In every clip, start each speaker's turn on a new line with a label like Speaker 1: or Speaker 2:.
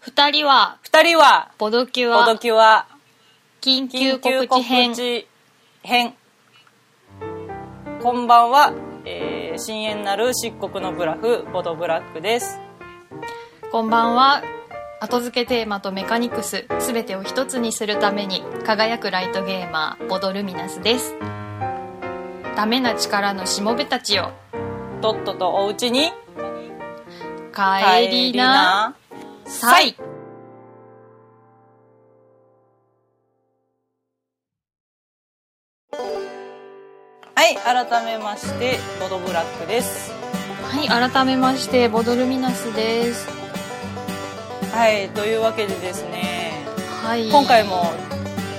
Speaker 1: 二人は、
Speaker 2: 二人は、
Speaker 1: ボドキュ
Speaker 2: ボド
Speaker 1: ア、
Speaker 2: キュア、
Speaker 1: 緊急
Speaker 2: 緊
Speaker 1: 告
Speaker 2: 急
Speaker 1: 知
Speaker 2: 告
Speaker 1: 編。
Speaker 2: 知編。こんばんは、えー、深淵なる漆黒のブラフ、ボドブラックです。
Speaker 1: こんばんは。後付けテーマとメカニクス、すべてを一つにするために、輝くライトゲーマー、ボドルミナスです。ダメな力のしもべたちよ。
Speaker 2: とっととおうちに
Speaker 1: 帰りな、さい。
Speaker 2: はい、改めまして、ボドブラックです。
Speaker 1: はい、改めまして、ボドルミナスです。
Speaker 2: はい、というわけでですね、
Speaker 1: はい。
Speaker 2: 今回も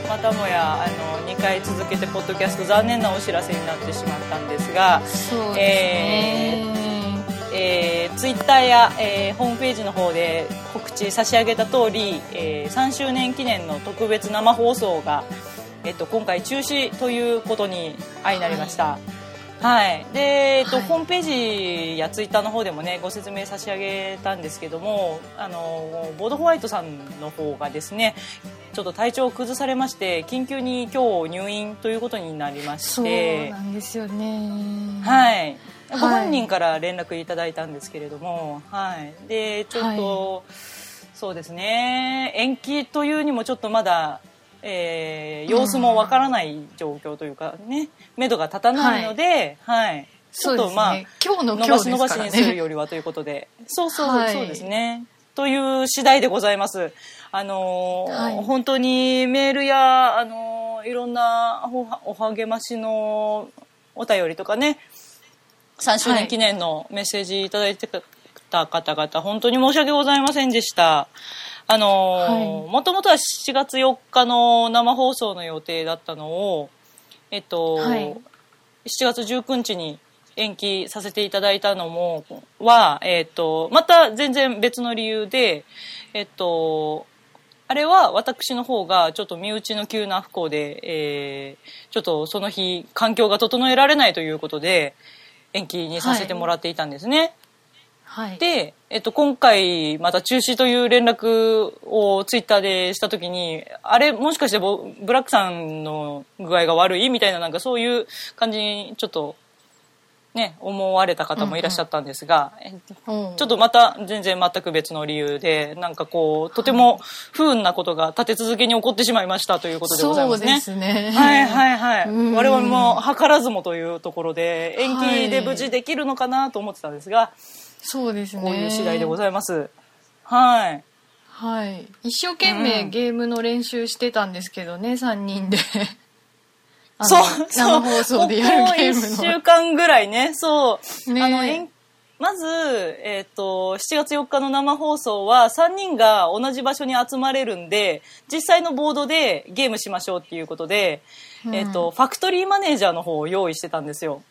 Speaker 2: またもやあの2回続けてポッドキャスト残念なお知らせになってしまったんですが、
Speaker 1: そうですね。
Speaker 2: えー、ツイッターや、えーホームページの方で告知差し上げた通り、えー3周年記念の特別生放送が、えっと、今回中止ということに相なりました。はいでえっと
Speaker 1: はい
Speaker 2: ホームページやツイッターの方でもねご説明差し上げたんですけどもあのボードホワイトさんの方がですねちょっと体調を崩されまして緊急に今日入院ということになりまし
Speaker 1: そう
Speaker 2: て
Speaker 1: なんですよね。い。
Speaker 2: はい、
Speaker 1: はい
Speaker 2: ご本人から連絡いただいたんですけれども、はい、でちょっと、そうですね延期というにもちょっとまだ、えー様子もわからない状況というかね目処が立たないので、はいち
Speaker 1: そ
Speaker 2: ょ
Speaker 1: う
Speaker 2: っ
Speaker 1: です
Speaker 2: と
Speaker 1: ね。
Speaker 2: まあ、
Speaker 1: 今日の
Speaker 2: 伸
Speaker 1: 今
Speaker 2: ば
Speaker 1: 日
Speaker 2: し
Speaker 1: で
Speaker 2: 伸
Speaker 1: す
Speaker 2: ば
Speaker 1: か
Speaker 2: し
Speaker 1: ら
Speaker 2: にする
Speaker 1: ね。
Speaker 2: よりはということでそうそう、
Speaker 1: はい
Speaker 2: そうですねという次第でございますあのー
Speaker 1: はい
Speaker 2: 本当にメールやあのーいろんなおはお励ましのお便りとかね3周年記念のメッセージいただいてた方々、本当に申し訳ございませんでした。あのー
Speaker 1: はい
Speaker 2: もともとは7月4日の生放送の予定だったのを、えっと、
Speaker 1: はい
Speaker 2: 7月19日に延期させていただいたのもは、えっと、また全然別の理由で、えっと、あれは私の方がちょっと身内の急な不幸で、えーちょっとその日環境が整えられないということで延期にさせてもらっていたんですね。
Speaker 1: はい。
Speaker 2: で、えっと、今回また中止という連絡をツイッターでした時にあれもしかしてボブラックさんの具合が悪いみたいななんかそういう感じにちょっとね思われた方もいらっしゃったんですが、えっと
Speaker 1: うん
Speaker 2: ちょっとまた全然全く別の理由でなんかこうとても不運なことが立て続けに起こってしまいましたということでござい
Speaker 1: そ
Speaker 2: ま
Speaker 1: う
Speaker 2: す
Speaker 1: で
Speaker 2: ね。
Speaker 1: すね。
Speaker 2: はいはいはい、
Speaker 1: うん
Speaker 2: 我々も図らずもというところで延期で
Speaker 1: はい
Speaker 2: 無事できるのかなと思ってたんですが、
Speaker 1: そうですね。
Speaker 2: こういう次第でございます。はい。
Speaker 1: はい。一生懸命
Speaker 2: うん
Speaker 1: ゲームの練習してたんですけどね、三人 で。あの
Speaker 2: そう、そう
Speaker 1: 生放送でやるゲー
Speaker 2: ここ
Speaker 1: ム
Speaker 2: 1週
Speaker 1: の。
Speaker 2: 間ぐらいね、そう。
Speaker 1: ねえ
Speaker 2: あの、えんまず、えっ、と、7月4日の生放送は3人が同じ場所に集まれるんで、実際のボードでゲームしましょうっていうことで、えっ、と、ファクトリーマネージャーの方を用意してたんですよ。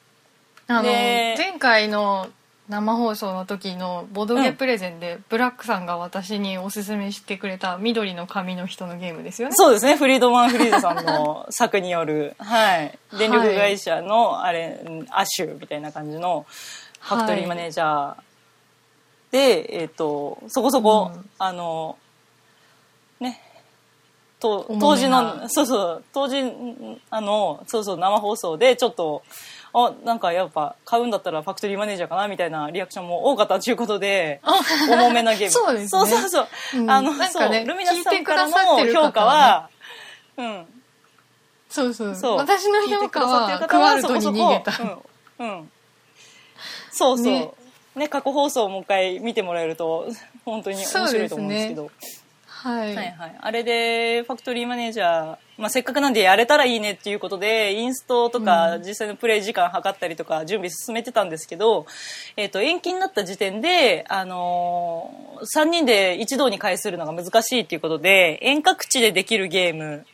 Speaker 1: あの、
Speaker 2: で
Speaker 1: 前回の生放送の時のボドゲプレゼンで、ブラックさんが私におすすめしてくれた緑の髪の人のゲームですよね。
Speaker 2: そうですね、フリードマン・フリードさんの作に よる、はい、電力会社の、あれ、うんアッシュみたいな感じのファクトリーマネージャーで、えっ、と、そこそこ、
Speaker 1: うん
Speaker 2: あの、ね、と
Speaker 1: 重めな
Speaker 2: 当時の、そうそう、当時、んあの、そうそう、生放送でちょっと、あ、なんかやっぱ買うんだったらファクトリーマネージャーかなみたいなリアクションも多かったというこ とで、重めなゲーム。
Speaker 1: そうですね
Speaker 2: そうそうそう
Speaker 1: うん
Speaker 2: あの、
Speaker 1: なん
Speaker 2: そ
Speaker 1: か
Speaker 2: う、
Speaker 1: ね
Speaker 2: ルミナスさ
Speaker 1: 聞い
Speaker 2: ん
Speaker 1: て
Speaker 2: か
Speaker 1: くだ
Speaker 2: らの
Speaker 1: さってる方はね
Speaker 2: 評価は、うん、
Speaker 1: そうそう
Speaker 2: そう。
Speaker 1: 私の評価
Speaker 2: 聞い
Speaker 1: は
Speaker 2: てくださってる
Speaker 1: ク
Speaker 2: 方
Speaker 1: ワルトに逃げた。
Speaker 2: そこそこうん。うんそうそう。ね
Speaker 1: ね
Speaker 2: 過去放送をもう一回見てもらえると、本当に面白いと思うんですけど。
Speaker 1: はい、
Speaker 2: はいはい。あれで、ファクトリーマネージャー、まあ、せっかくなんでやれたらいいねっていうことで、インストとか、
Speaker 1: う
Speaker 2: 実際のプレイ時間測ったりとか、準備進めてたんですけど、えっ、と、延期になった時点で、あのー、3人で一堂に会するのが難しいっていうことで、遠隔地でできるゲーム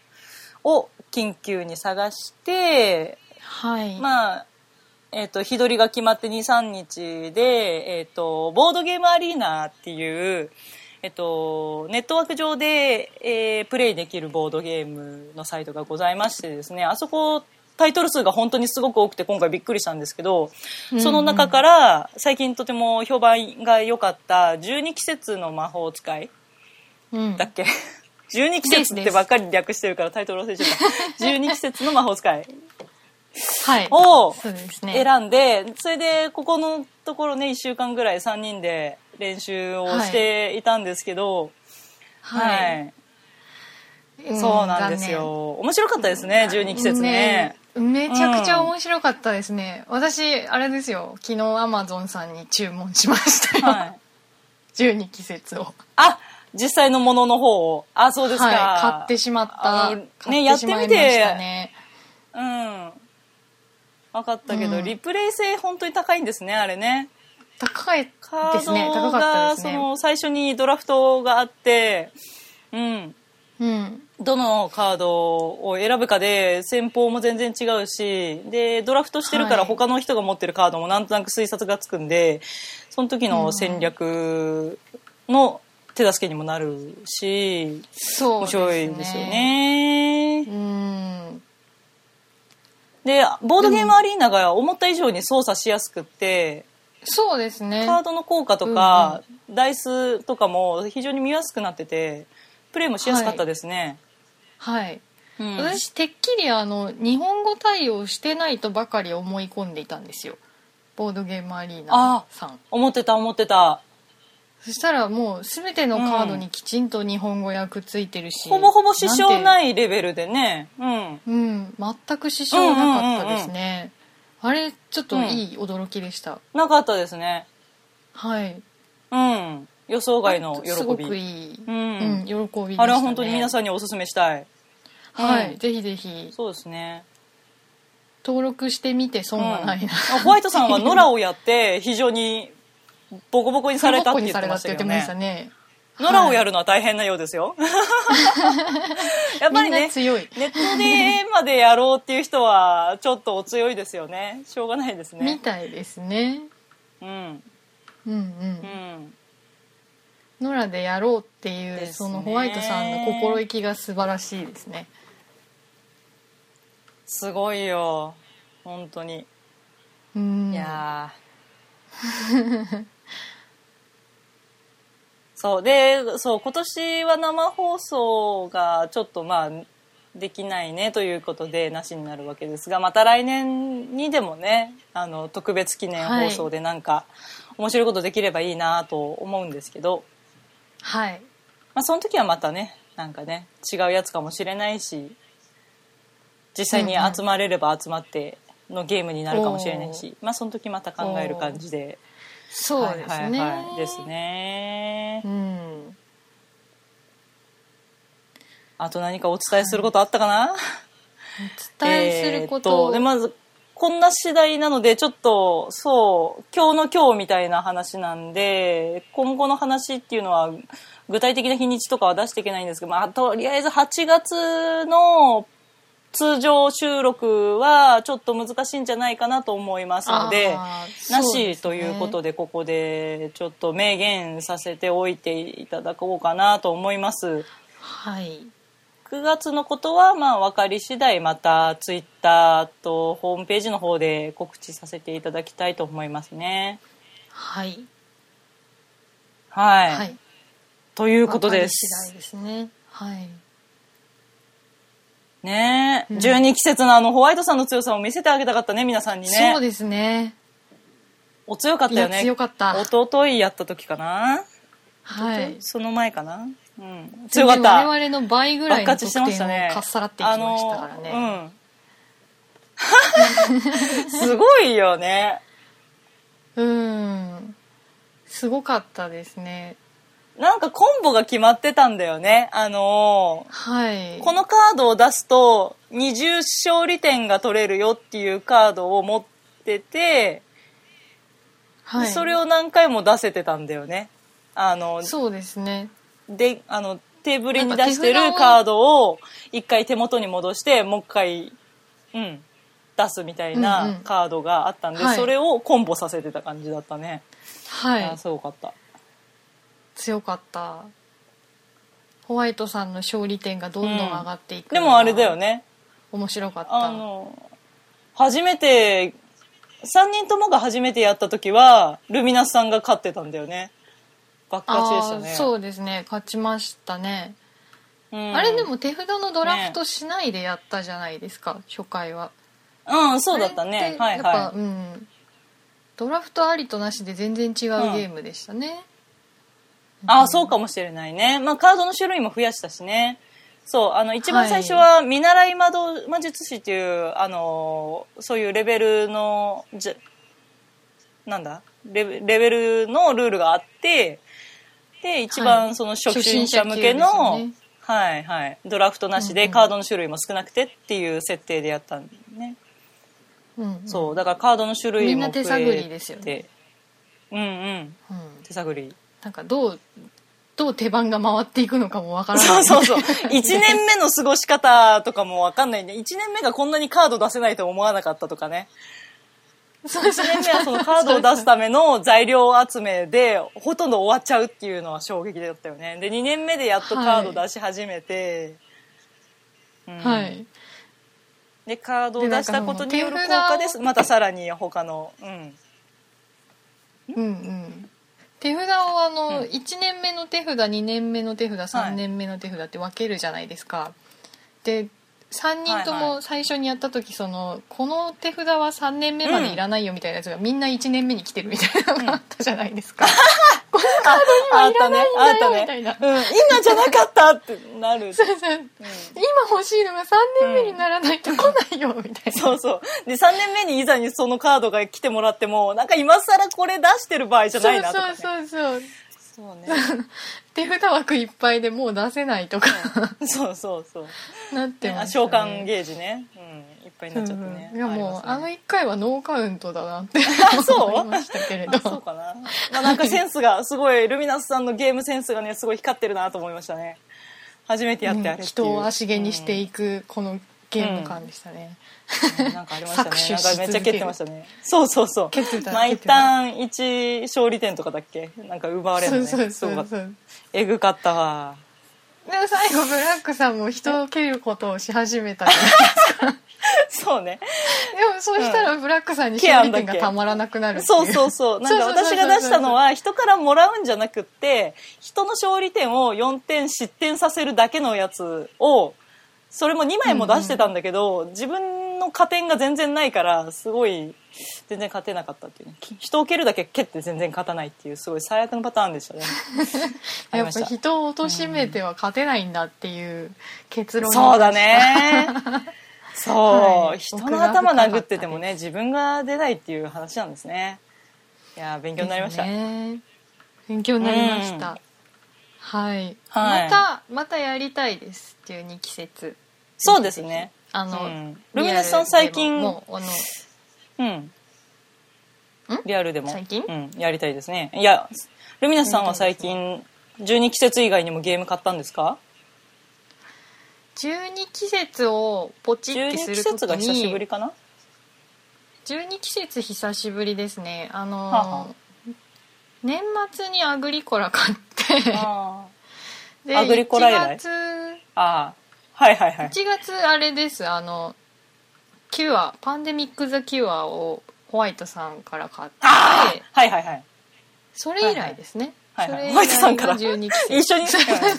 Speaker 2: を緊急に探して、
Speaker 1: はい。
Speaker 2: まあ、えっ、と、日取りが決まって2、3日で、えっ、と、ボードゲームアリーナっていう、えっ、と、ネットワーク上で、えープレイできるボードゲームのサイトがございましてですね、あそこ、タイトル数が本当にすごく多くて今回びっくりしたんですけど、その中から最近とても評判が良かった12季節の魔法使い
Speaker 1: うん
Speaker 2: だっ け12季節ってばっかり略してるからタイトル忘れちゃ った12季節の魔法使い
Speaker 1: はい
Speaker 2: を
Speaker 1: そうですね
Speaker 2: 選んでそれでここのところね1週間ぐらい3人で練習をしていたんですけど、はい
Speaker 1: ん
Speaker 2: そうなんですよ面白かったですね12季節ね
Speaker 1: えめちゃくちゃ面白かったですね、私あれですよ昨日アマゾンさんに注文しましたよ、
Speaker 2: はい、
Speaker 1: 12季節を
Speaker 2: あ実際のものの方をあそうですか、
Speaker 1: はい、買ってしまっ
Speaker 2: あ
Speaker 1: た、
Speaker 2: の
Speaker 1: 買
Speaker 2: ね
Speaker 1: ってしまいましたね
Speaker 2: うん分かったけど、
Speaker 1: うん
Speaker 2: リプレイ性本当に高いんですねあれね
Speaker 1: 高いで
Speaker 2: カー
Speaker 1: すね
Speaker 2: ド
Speaker 1: 高か
Speaker 2: が、
Speaker 1: ったです
Speaker 2: そ
Speaker 1: ね
Speaker 2: の最初にドラフトがあってうん
Speaker 1: うん
Speaker 2: どのカードを選ぶかで戦法も全然違うしでドラフトしてるか
Speaker 1: は
Speaker 2: ら
Speaker 1: い
Speaker 2: 他の人が持ってるカードもなんとなく推察がつくんでその時の戦略の手助けにもなるし
Speaker 1: そう
Speaker 2: 面
Speaker 1: ですね
Speaker 2: 白いですよね。
Speaker 1: うん
Speaker 2: でボードゲームアリーナが思った以上に操作しやすくって
Speaker 1: そうですね
Speaker 2: カードの効果とか、ダイスとかも非常に見やすくなっててプレイもしやすかったですね。
Speaker 1: はい
Speaker 2: うん
Speaker 1: 私てっきりあの日本語対応してないとばかり思い込んでいたんですよボードゲームアリーナさん
Speaker 2: 思ってた思ってた
Speaker 1: そしたらもう全てのカードにきちんと日本語訳ついてるし、
Speaker 2: ほぼほぼ支障
Speaker 1: い
Speaker 2: ないレベルでね。うん。
Speaker 1: うん全く支障なかったですね、あれちょっといい驚きでした、
Speaker 2: なかったですね。
Speaker 1: はい
Speaker 2: うん。予想外の喜
Speaker 1: すご
Speaker 2: び。
Speaker 1: くいい、
Speaker 2: う。
Speaker 1: うんん喜びでした、ね、
Speaker 2: あれは本当に皆
Speaker 1: ん
Speaker 2: さんにおすすめしたい。
Speaker 1: はい、
Speaker 2: うん
Speaker 1: ぜひぜひ
Speaker 2: そうですね。
Speaker 1: 登録してみて損はないな、
Speaker 2: うんホワイトさんはノラをやって非常にボコボコにされたって言ってました けど
Speaker 1: ボコにされたって言ってました
Speaker 2: ね。
Speaker 1: ね
Speaker 2: ノラをや
Speaker 1: る、
Speaker 2: るのは大変なようですよ。やっぱ
Speaker 1: はい、み
Speaker 2: り
Speaker 1: んな
Speaker 2: ね、
Speaker 1: 強い
Speaker 2: ネットでまでやろうっていう人はちょっとお強いですよね。しょうがないです
Speaker 1: み
Speaker 2: ね。
Speaker 1: たいですね
Speaker 2: うん。
Speaker 1: うんうん、
Speaker 2: うん。
Speaker 1: ノラでやろうっていう、
Speaker 2: ですね
Speaker 1: そのホワイトさんの心意気が素晴らしいですね
Speaker 2: すごいよ。本当に。
Speaker 1: うん
Speaker 2: いやー そうでそう今年は生放送がちょっとまあできないねということでなしになるわけですがまた来年にでもねあの特別記念放送でなんか、面白いことできればいいなと思うんですけど、
Speaker 1: はい
Speaker 2: まあ、その時はまたねなんかね違うやつかもしれないし実際に集まれれば集まってのゲームになるかもしれないし、まあ、その時また考える感じで。
Speaker 1: そうですね、
Speaker 2: はいはいはい、ですね
Speaker 1: う。ん
Speaker 2: あと何かお伝えすることあったかな？
Speaker 1: お伝えするこ
Speaker 2: えー
Speaker 1: と,、
Speaker 2: でまずこんな次第なのでちょっとそう今日の今日みたいな話なんで今後の話っていうのは具体的な日にちとかは出していけないんですけど、まあ、とりあえず8月の通常収録はちょっと難しいんじゃないかなと思いますので。
Speaker 1: あー
Speaker 2: な
Speaker 1: そうで
Speaker 2: し
Speaker 1: すね
Speaker 2: ということでここでちょっと明言させておいていただこうかなと思います
Speaker 1: はい
Speaker 2: 9月のことはまあ分かり次第またツイッターとホームページの方で告知させていただきたいと思いますね
Speaker 1: はい
Speaker 2: はい、
Speaker 1: はい
Speaker 2: とい
Speaker 1: と
Speaker 2: うことです
Speaker 1: 次第ですねはい
Speaker 2: ねえ、
Speaker 1: うん
Speaker 2: 12季節のあのホワイトさんの強さを見せてあげたかったね皆さんにね
Speaker 1: そうですね
Speaker 2: お強かっ
Speaker 1: い
Speaker 2: た
Speaker 1: や
Speaker 2: よね
Speaker 1: 強かった
Speaker 2: 一昨日やった時かな、
Speaker 1: はい
Speaker 2: その前かな、うん、強かった
Speaker 1: 我々の倍ぐらいの得点をかっさらっていきましたからね
Speaker 2: あのうん、 すごいよね
Speaker 1: うんすごかったですね
Speaker 2: なんかコンボが決まってたんだよねあの
Speaker 1: はい
Speaker 2: このカードを出すと20勝利点が取れるよっていうカードを持ってて、
Speaker 1: はい、
Speaker 2: それを何回も出せてたんだよねあの
Speaker 1: そうですね
Speaker 2: であのテーブルに出してるカードを一回手元に戻してもう一回、うん、出すみたい
Speaker 1: うんうん
Speaker 2: なカードがあったんで、
Speaker 1: はい
Speaker 2: それをコンボさせてた感じだったね、
Speaker 1: はい
Speaker 2: あ
Speaker 1: い
Speaker 2: あすごかった
Speaker 1: 強かったホワイトさんの勝利点がどんどん上がっていく、
Speaker 2: でもあれだよね
Speaker 1: 面白かった
Speaker 2: あの初めて3人ともが初めてやった時はルミナスさんが勝ってたんだよねガッカチでした
Speaker 1: あ
Speaker 2: ね
Speaker 1: ーそうですね勝ちましたね、
Speaker 2: うん
Speaker 1: あれでも手札のドラフトしないでやったじゃないですか、初回は
Speaker 2: うんそうだった
Speaker 1: あれっ
Speaker 2: ね
Speaker 1: て
Speaker 2: はい
Speaker 1: やっ
Speaker 2: は
Speaker 1: ぱうんドラフトありとなしで全然違うゲームでしたね、
Speaker 2: いああそうかもしれないねまあカードの種類も増やしたしねそうあの一番最初は見習い魔道魔術師っていうあのーそういうレベルのじゃなんだレベレベルのルールがあってで一
Speaker 1: は
Speaker 2: 番
Speaker 1: い
Speaker 2: その初心者向けの、
Speaker 1: 初心者級ですよね
Speaker 2: はいはい、ドラフトなし
Speaker 1: うん
Speaker 2: で
Speaker 1: うん
Speaker 2: カードの種類も少なくてっていう設定でやったんだよね、
Speaker 1: うんうん
Speaker 2: そうだからカードの種類
Speaker 1: みん
Speaker 2: も
Speaker 1: な
Speaker 2: 増
Speaker 1: 手
Speaker 2: えて
Speaker 1: 探りですよね
Speaker 2: うんうん
Speaker 1: うん、
Speaker 2: 手探り
Speaker 1: なんかどうどう手番が回っていくのかもわからない
Speaker 2: そうそうそう1年目の過ごし方とかも分かんないね1年目がこんなにカード出せないと思わなかったとかね
Speaker 1: そうそ
Speaker 2: 1
Speaker 1: う
Speaker 2: 年目はそのカードを出すための材料集めでほとんど終わっちゃうっていうのは衝撃だったよねで2年目でやっとカード出し始めて、うん
Speaker 1: はい
Speaker 2: でカードを出したことによる効果です
Speaker 1: で
Speaker 2: またさらに他のうん
Speaker 1: うんうん手札をあの、
Speaker 2: うん
Speaker 1: 1年目の手札2年目の手札
Speaker 2: はい
Speaker 1: 3年目の手札って分けるじゃないですか、で3人と
Speaker 2: はい
Speaker 1: も最初にやった時そのこの手札は3年目までいらないよみたいなやつが、みんな1年目に来てるみたいなのがあったじゃないですか、
Speaker 2: ああったねあった
Speaker 1: みたい
Speaker 2: ね
Speaker 1: な
Speaker 2: うん今じゃなかったってなる
Speaker 1: そうそう今欲しいのが3年目にならないと来ないよみたいな、
Speaker 2: そうそう。で、3年目にいざにそのカードが来てもらっても、なんか今更これ出してる場合じゃないなとか、
Speaker 1: そ
Speaker 2: ね。
Speaker 1: うそうそうそう
Speaker 2: そうね。
Speaker 1: 手札枠いっぱいでもう出せないとか
Speaker 2: そうそうそう。
Speaker 1: なって
Speaker 2: ね
Speaker 1: ま
Speaker 2: あ
Speaker 1: し
Speaker 2: 召
Speaker 1: た
Speaker 2: 喚
Speaker 1: ね
Speaker 2: ゲージね。うん。いっぱいになっちゃってね。
Speaker 1: うんいやもうあ,、
Speaker 2: あり
Speaker 1: の1回はノーカウントだなって
Speaker 2: そう
Speaker 1: 思いましたけれ
Speaker 2: ますね
Speaker 1: ど
Speaker 2: あそうかな。まあなんかセンスが、すごい、ルミナスさんのゲームセンスがね、すごい光ってるなと思いましたね。初めてやってあれっていう、
Speaker 1: うん人を足毛にしていくこのゲーム感でしたね、
Speaker 2: うんなんかありましたね。
Speaker 1: 搾取
Speaker 2: なん
Speaker 1: し
Speaker 2: かめっちゃ蹴ってましたね。そうそうそう。
Speaker 1: 蹴ってた
Speaker 2: 毎ターン1勝利点とかだっけなんか奪われるのね。
Speaker 1: そうそう
Speaker 2: す
Speaker 1: そ
Speaker 2: ご
Speaker 1: う
Speaker 2: か
Speaker 1: そ
Speaker 2: った
Speaker 1: う
Speaker 2: えぐかっ たわ。
Speaker 1: で最後ブラックさんも人を蹴ることをし始めた じゃない
Speaker 2: そうね。
Speaker 1: でもそうしたらブラックさんに
Speaker 2: ケア
Speaker 1: 勝
Speaker 2: ン
Speaker 1: 利
Speaker 2: だっ
Speaker 1: 点
Speaker 2: け
Speaker 1: がたまらなくなるってい
Speaker 2: そうそうそう。なんか
Speaker 1: そうそうそうそ
Speaker 2: 私
Speaker 1: う
Speaker 2: が出したのは、人からもらうんじゃなくって、人の勝利点を4点失点させるだけのやつを、それも2枚も出してたんだけど、自分の加点が全然ないから、すごい、全然勝てなかったっていうね。き人を蹴るだけ蹴って全然勝たないっていう、すごい最悪のパターン でしたね。あり
Speaker 1: や
Speaker 2: ま
Speaker 1: っぱ
Speaker 2: した。
Speaker 1: 人を貶めては勝てないんだっていう結論に
Speaker 2: そうだね。 そう、
Speaker 1: はい
Speaker 2: 人の頭殴っててもね、自分が出ないっていう話なんですね。いやー、勉強になりました。
Speaker 1: ですね勉強になりました、
Speaker 2: うん
Speaker 1: はい、
Speaker 2: はい
Speaker 1: またまたやりたそうです12季節
Speaker 2: そうですね。
Speaker 1: あの、
Speaker 2: うんルミナスさん最近
Speaker 1: リアルでももうあの
Speaker 2: うん
Speaker 1: ん。
Speaker 2: リアルでも。
Speaker 1: 最近
Speaker 2: うん。やりたいですね。いや、ルミナスさんは最近、12季節以外にもゲーム買ったんですか
Speaker 1: 12季節をポチって
Speaker 2: ?12
Speaker 1: す
Speaker 2: 季
Speaker 1: る
Speaker 2: 節
Speaker 1: とき
Speaker 2: が久しぶ
Speaker 1: に
Speaker 2: り かな
Speaker 1: 12季節久しぶりですねあの
Speaker 2: はあはあ
Speaker 1: 年末にアグリコラ買って
Speaker 2: あ
Speaker 1: で
Speaker 2: アグリコラ以来
Speaker 1: 1月
Speaker 2: あ。ああ。はいはいはい。
Speaker 1: 1月あれですあのキュアパンデミック・ザ・キュアをホワイトさんから買って
Speaker 2: はいはいはい。
Speaker 1: それ以来ですね、
Speaker 2: はいはい。
Speaker 1: それ以来
Speaker 2: ホワイトさんから。
Speaker 1: の12季
Speaker 2: 一
Speaker 1: 節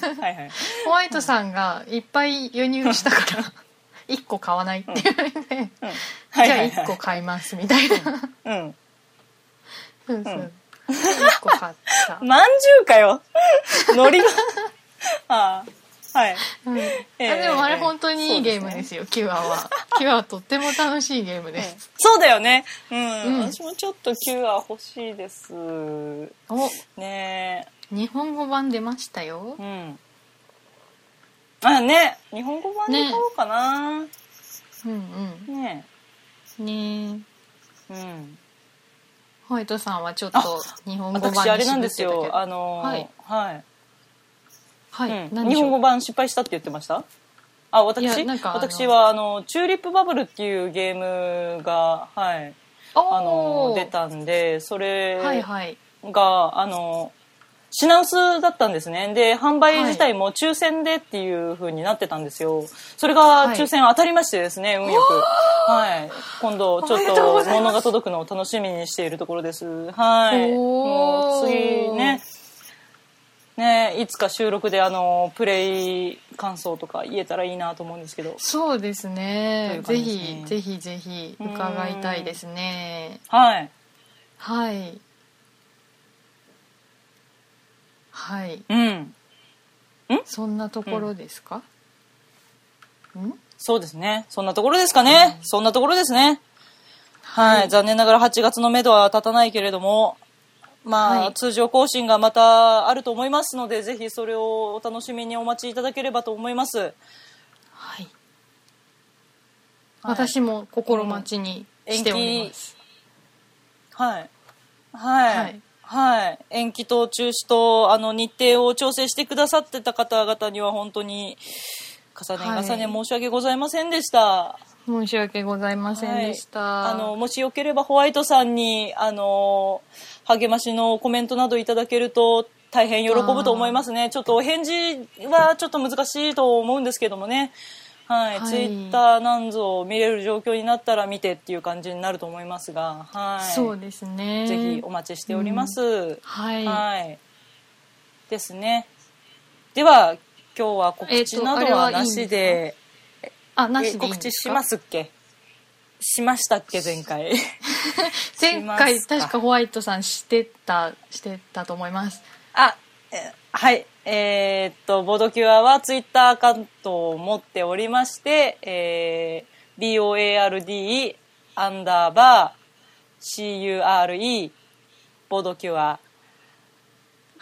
Speaker 2: 緒に。 はいはい。
Speaker 1: ホワイトさんがいっぱい輸入したから1 個買わないって言われて、
Speaker 2: うん。
Speaker 1: じゃ
Speaker 2: は
Speaker 1: あ
Speaker 2: いはい
Speaker 1: 1
Speaker 2: は
Speaker 1: 個買いますみたいな、
Speaker 2: い。うん。
Speaker 1: そうそううん1個買った、
Speaker 2: まんじゅうかよ。ノ リが。ああ。はい。
Speaker 1: うんあ
Speaker 2: え
Speaker 1: でもあれ本当にいいゲーム
Speaker 2: そう
Speaker 1: で
Speaker 2: ね
Speaker 1: すよ、キュアはキュアはとっても楽しいゲームです、
Speaker 2: そうだよね。うん。
Speaker 1: うん
Speaker 2: 私もちょっと Q は欲しいです。ね
Speaker 1: お日本語版出ましたよ
Speaker 2: え。うん。あ、ね。日本語版で買おうかな。ね
Speaker 1: うん
Speaker 2: え。
Speaker 1: うんねえ
Speaker 2: うん。
Speaker 1: ホワイトさんはちょっと日本語版に
Speaker 2: 私あれ
Speaker 1: 絞
Speaker 2: な
Speaker 1: っ
Speaker 2: ん
Speaker 1: て
Speaker 2: で
Speaker 1: た
Speaker 2: す
Speaker 1: けど
Speaker 2: よ。あのー
Speaker 1: はい
Speaker 2: はい
Speaker 1: はい、
Speaker 2: うん
Speaker 1: 何で
Speaker 2: 日
Speaker 1: しょう
Speaker 2: 本語版失敗したって言ってましたあ
Speaker 1: いや
Speaker 2: 私
Speaker 1: なんかあの
Speaker 2: 私はあのチューリップバブルっていうゲームがはいあの
Speaker 1: おー
Speaker 2: 出たんでそれが、
Speaker 1: はいはい
Speaker 2: あの品薄だったんですねで販売自体も抽選でっていう風になってたんですよそれが
Speaker 1: はい
Speaker 2: 抽選当たりましてですね、運よく、はい、今度ちょ
Speaker 1: おめでとうご
Speaker 2: っと
Speaker 1: ざいます
Speaker 2: 物が届くのを楽しみにしているところですは
Speaker 1: お
Speaker 2: い
Speaker 1: ー
Speaker 2: もう次ねねいつか収録であのプレイ感想とか言えたらいいなと思うんですけど
Speaker 1: そうです
Speaker 2: とい
Speaker 1: ね
Speaker 2: う感
Speaker 1: ぜ
Speaker 2: じです
Speaker 1: ひ
Speaker 2: ね
Speaker 1: ぜひぜひ伺いたいですね
Speaker 2: はい
Speaker 1: はいはい
Speaker 2: うん
Speaker 1: そんなところですか、ん
Speaker 2: そうですねそんなところですかね、そんなところですねはい、残念ながら8月のめどは立たないけれどもまあ、
Speaker 1: はい
Speaker 2: 通常更新がまたあると思いますのでぜひそれをお楽しみにお待ちいただければと思います
Speaker 1: はい、
Speaker 2: はい
Speaker 1: 私も心待ちにしております、
Speaker 2: はいはい、
Speaker 1: は
Speaker 2: はいい延期と中止とあの日程を調整してくださってた方々には本当に重ね
Speaker 1: はい
Speaker 2: 重ね申し訳ございませんでした、
Speaker 1: 申し訳ございませんでした、
Speaker 2: あのもしよければホワイトさんにあの励ましのコメントなどいただけると大変喜ぶと思いますねちょっとお返事はちょっと難しいと思うんですけどもねはい、
Speaker 1: はい
Speaker 2: ツイッターなんぞを見れる状況になったら見てっていう感じになると思いますが、はい、
Speaker 1: そうですね
Speaker 2: ぜひお待ちしております、
Speaker 1: はい、
Speaker 2: はいですねでは今日は告
Speaker 1: えっ
Speaker 2: 知
Speaker 1: と
Speaker 2: な
Speaker 1: あ
Speaker 2: ど
Speaker 1: れは
Speaker 2: はい
Speaker 1: いん
Speaker 2: な
Speaker 1: ですか
Speaker 2: しで,
Speaker 1: あ
Speaker 2: え、
Speaker 1: なしでいいんですか
Speaker 2: 告知しますっけしましたっけ前回
Speaker 1: 前回
Speaker 2: しますか
Speaker 1: 確かホワイトさんしてたしてたと思います
Speaker 2: あえはいえーっとボードキュアはツイッターアカウントを持っておりまして、えー BOARD アンダーバー CURE ボードキュア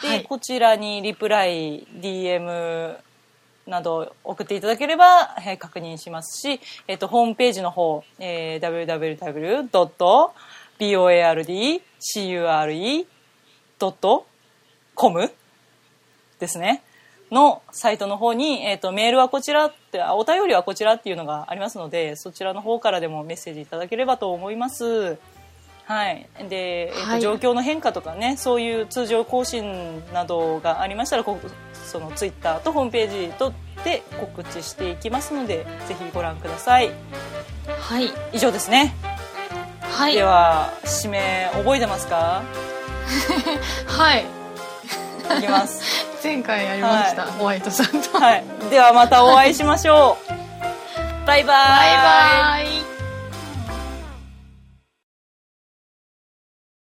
Speaker 2: で、
Speaker 1: はい
Speaker 2: こちらにリプライ DM など送っていただければ、えー確認しますし、えっとホームページの方、えー www.boardcure.com ですねのサイトの方に、えっとメールはこちらってあお便りはこちらっていうのがありますのでそちらの方からでもメッセージいただければと思います。はい、で、えっと
Speaker 1: はい
Speaker 2: 状況の変化とかねそういう通常更新などがありましたらこそのツイッターとホームページとで告知していきますのでぜひご覧ください
Speaker 1: はい
Speaker 2: 以上ですね、
Speaker 1: はい
Speaker 2: では締め覚えてますか
Speaker 1: はい
Speaker 2: いきます
Speaker 1: 前回やりました、
Speaker 2: はい
Speaker 1: ホワイトさんと
Speaker 2: はいではまたお会いしましょうバイバイ
Speaker 1: バイバイ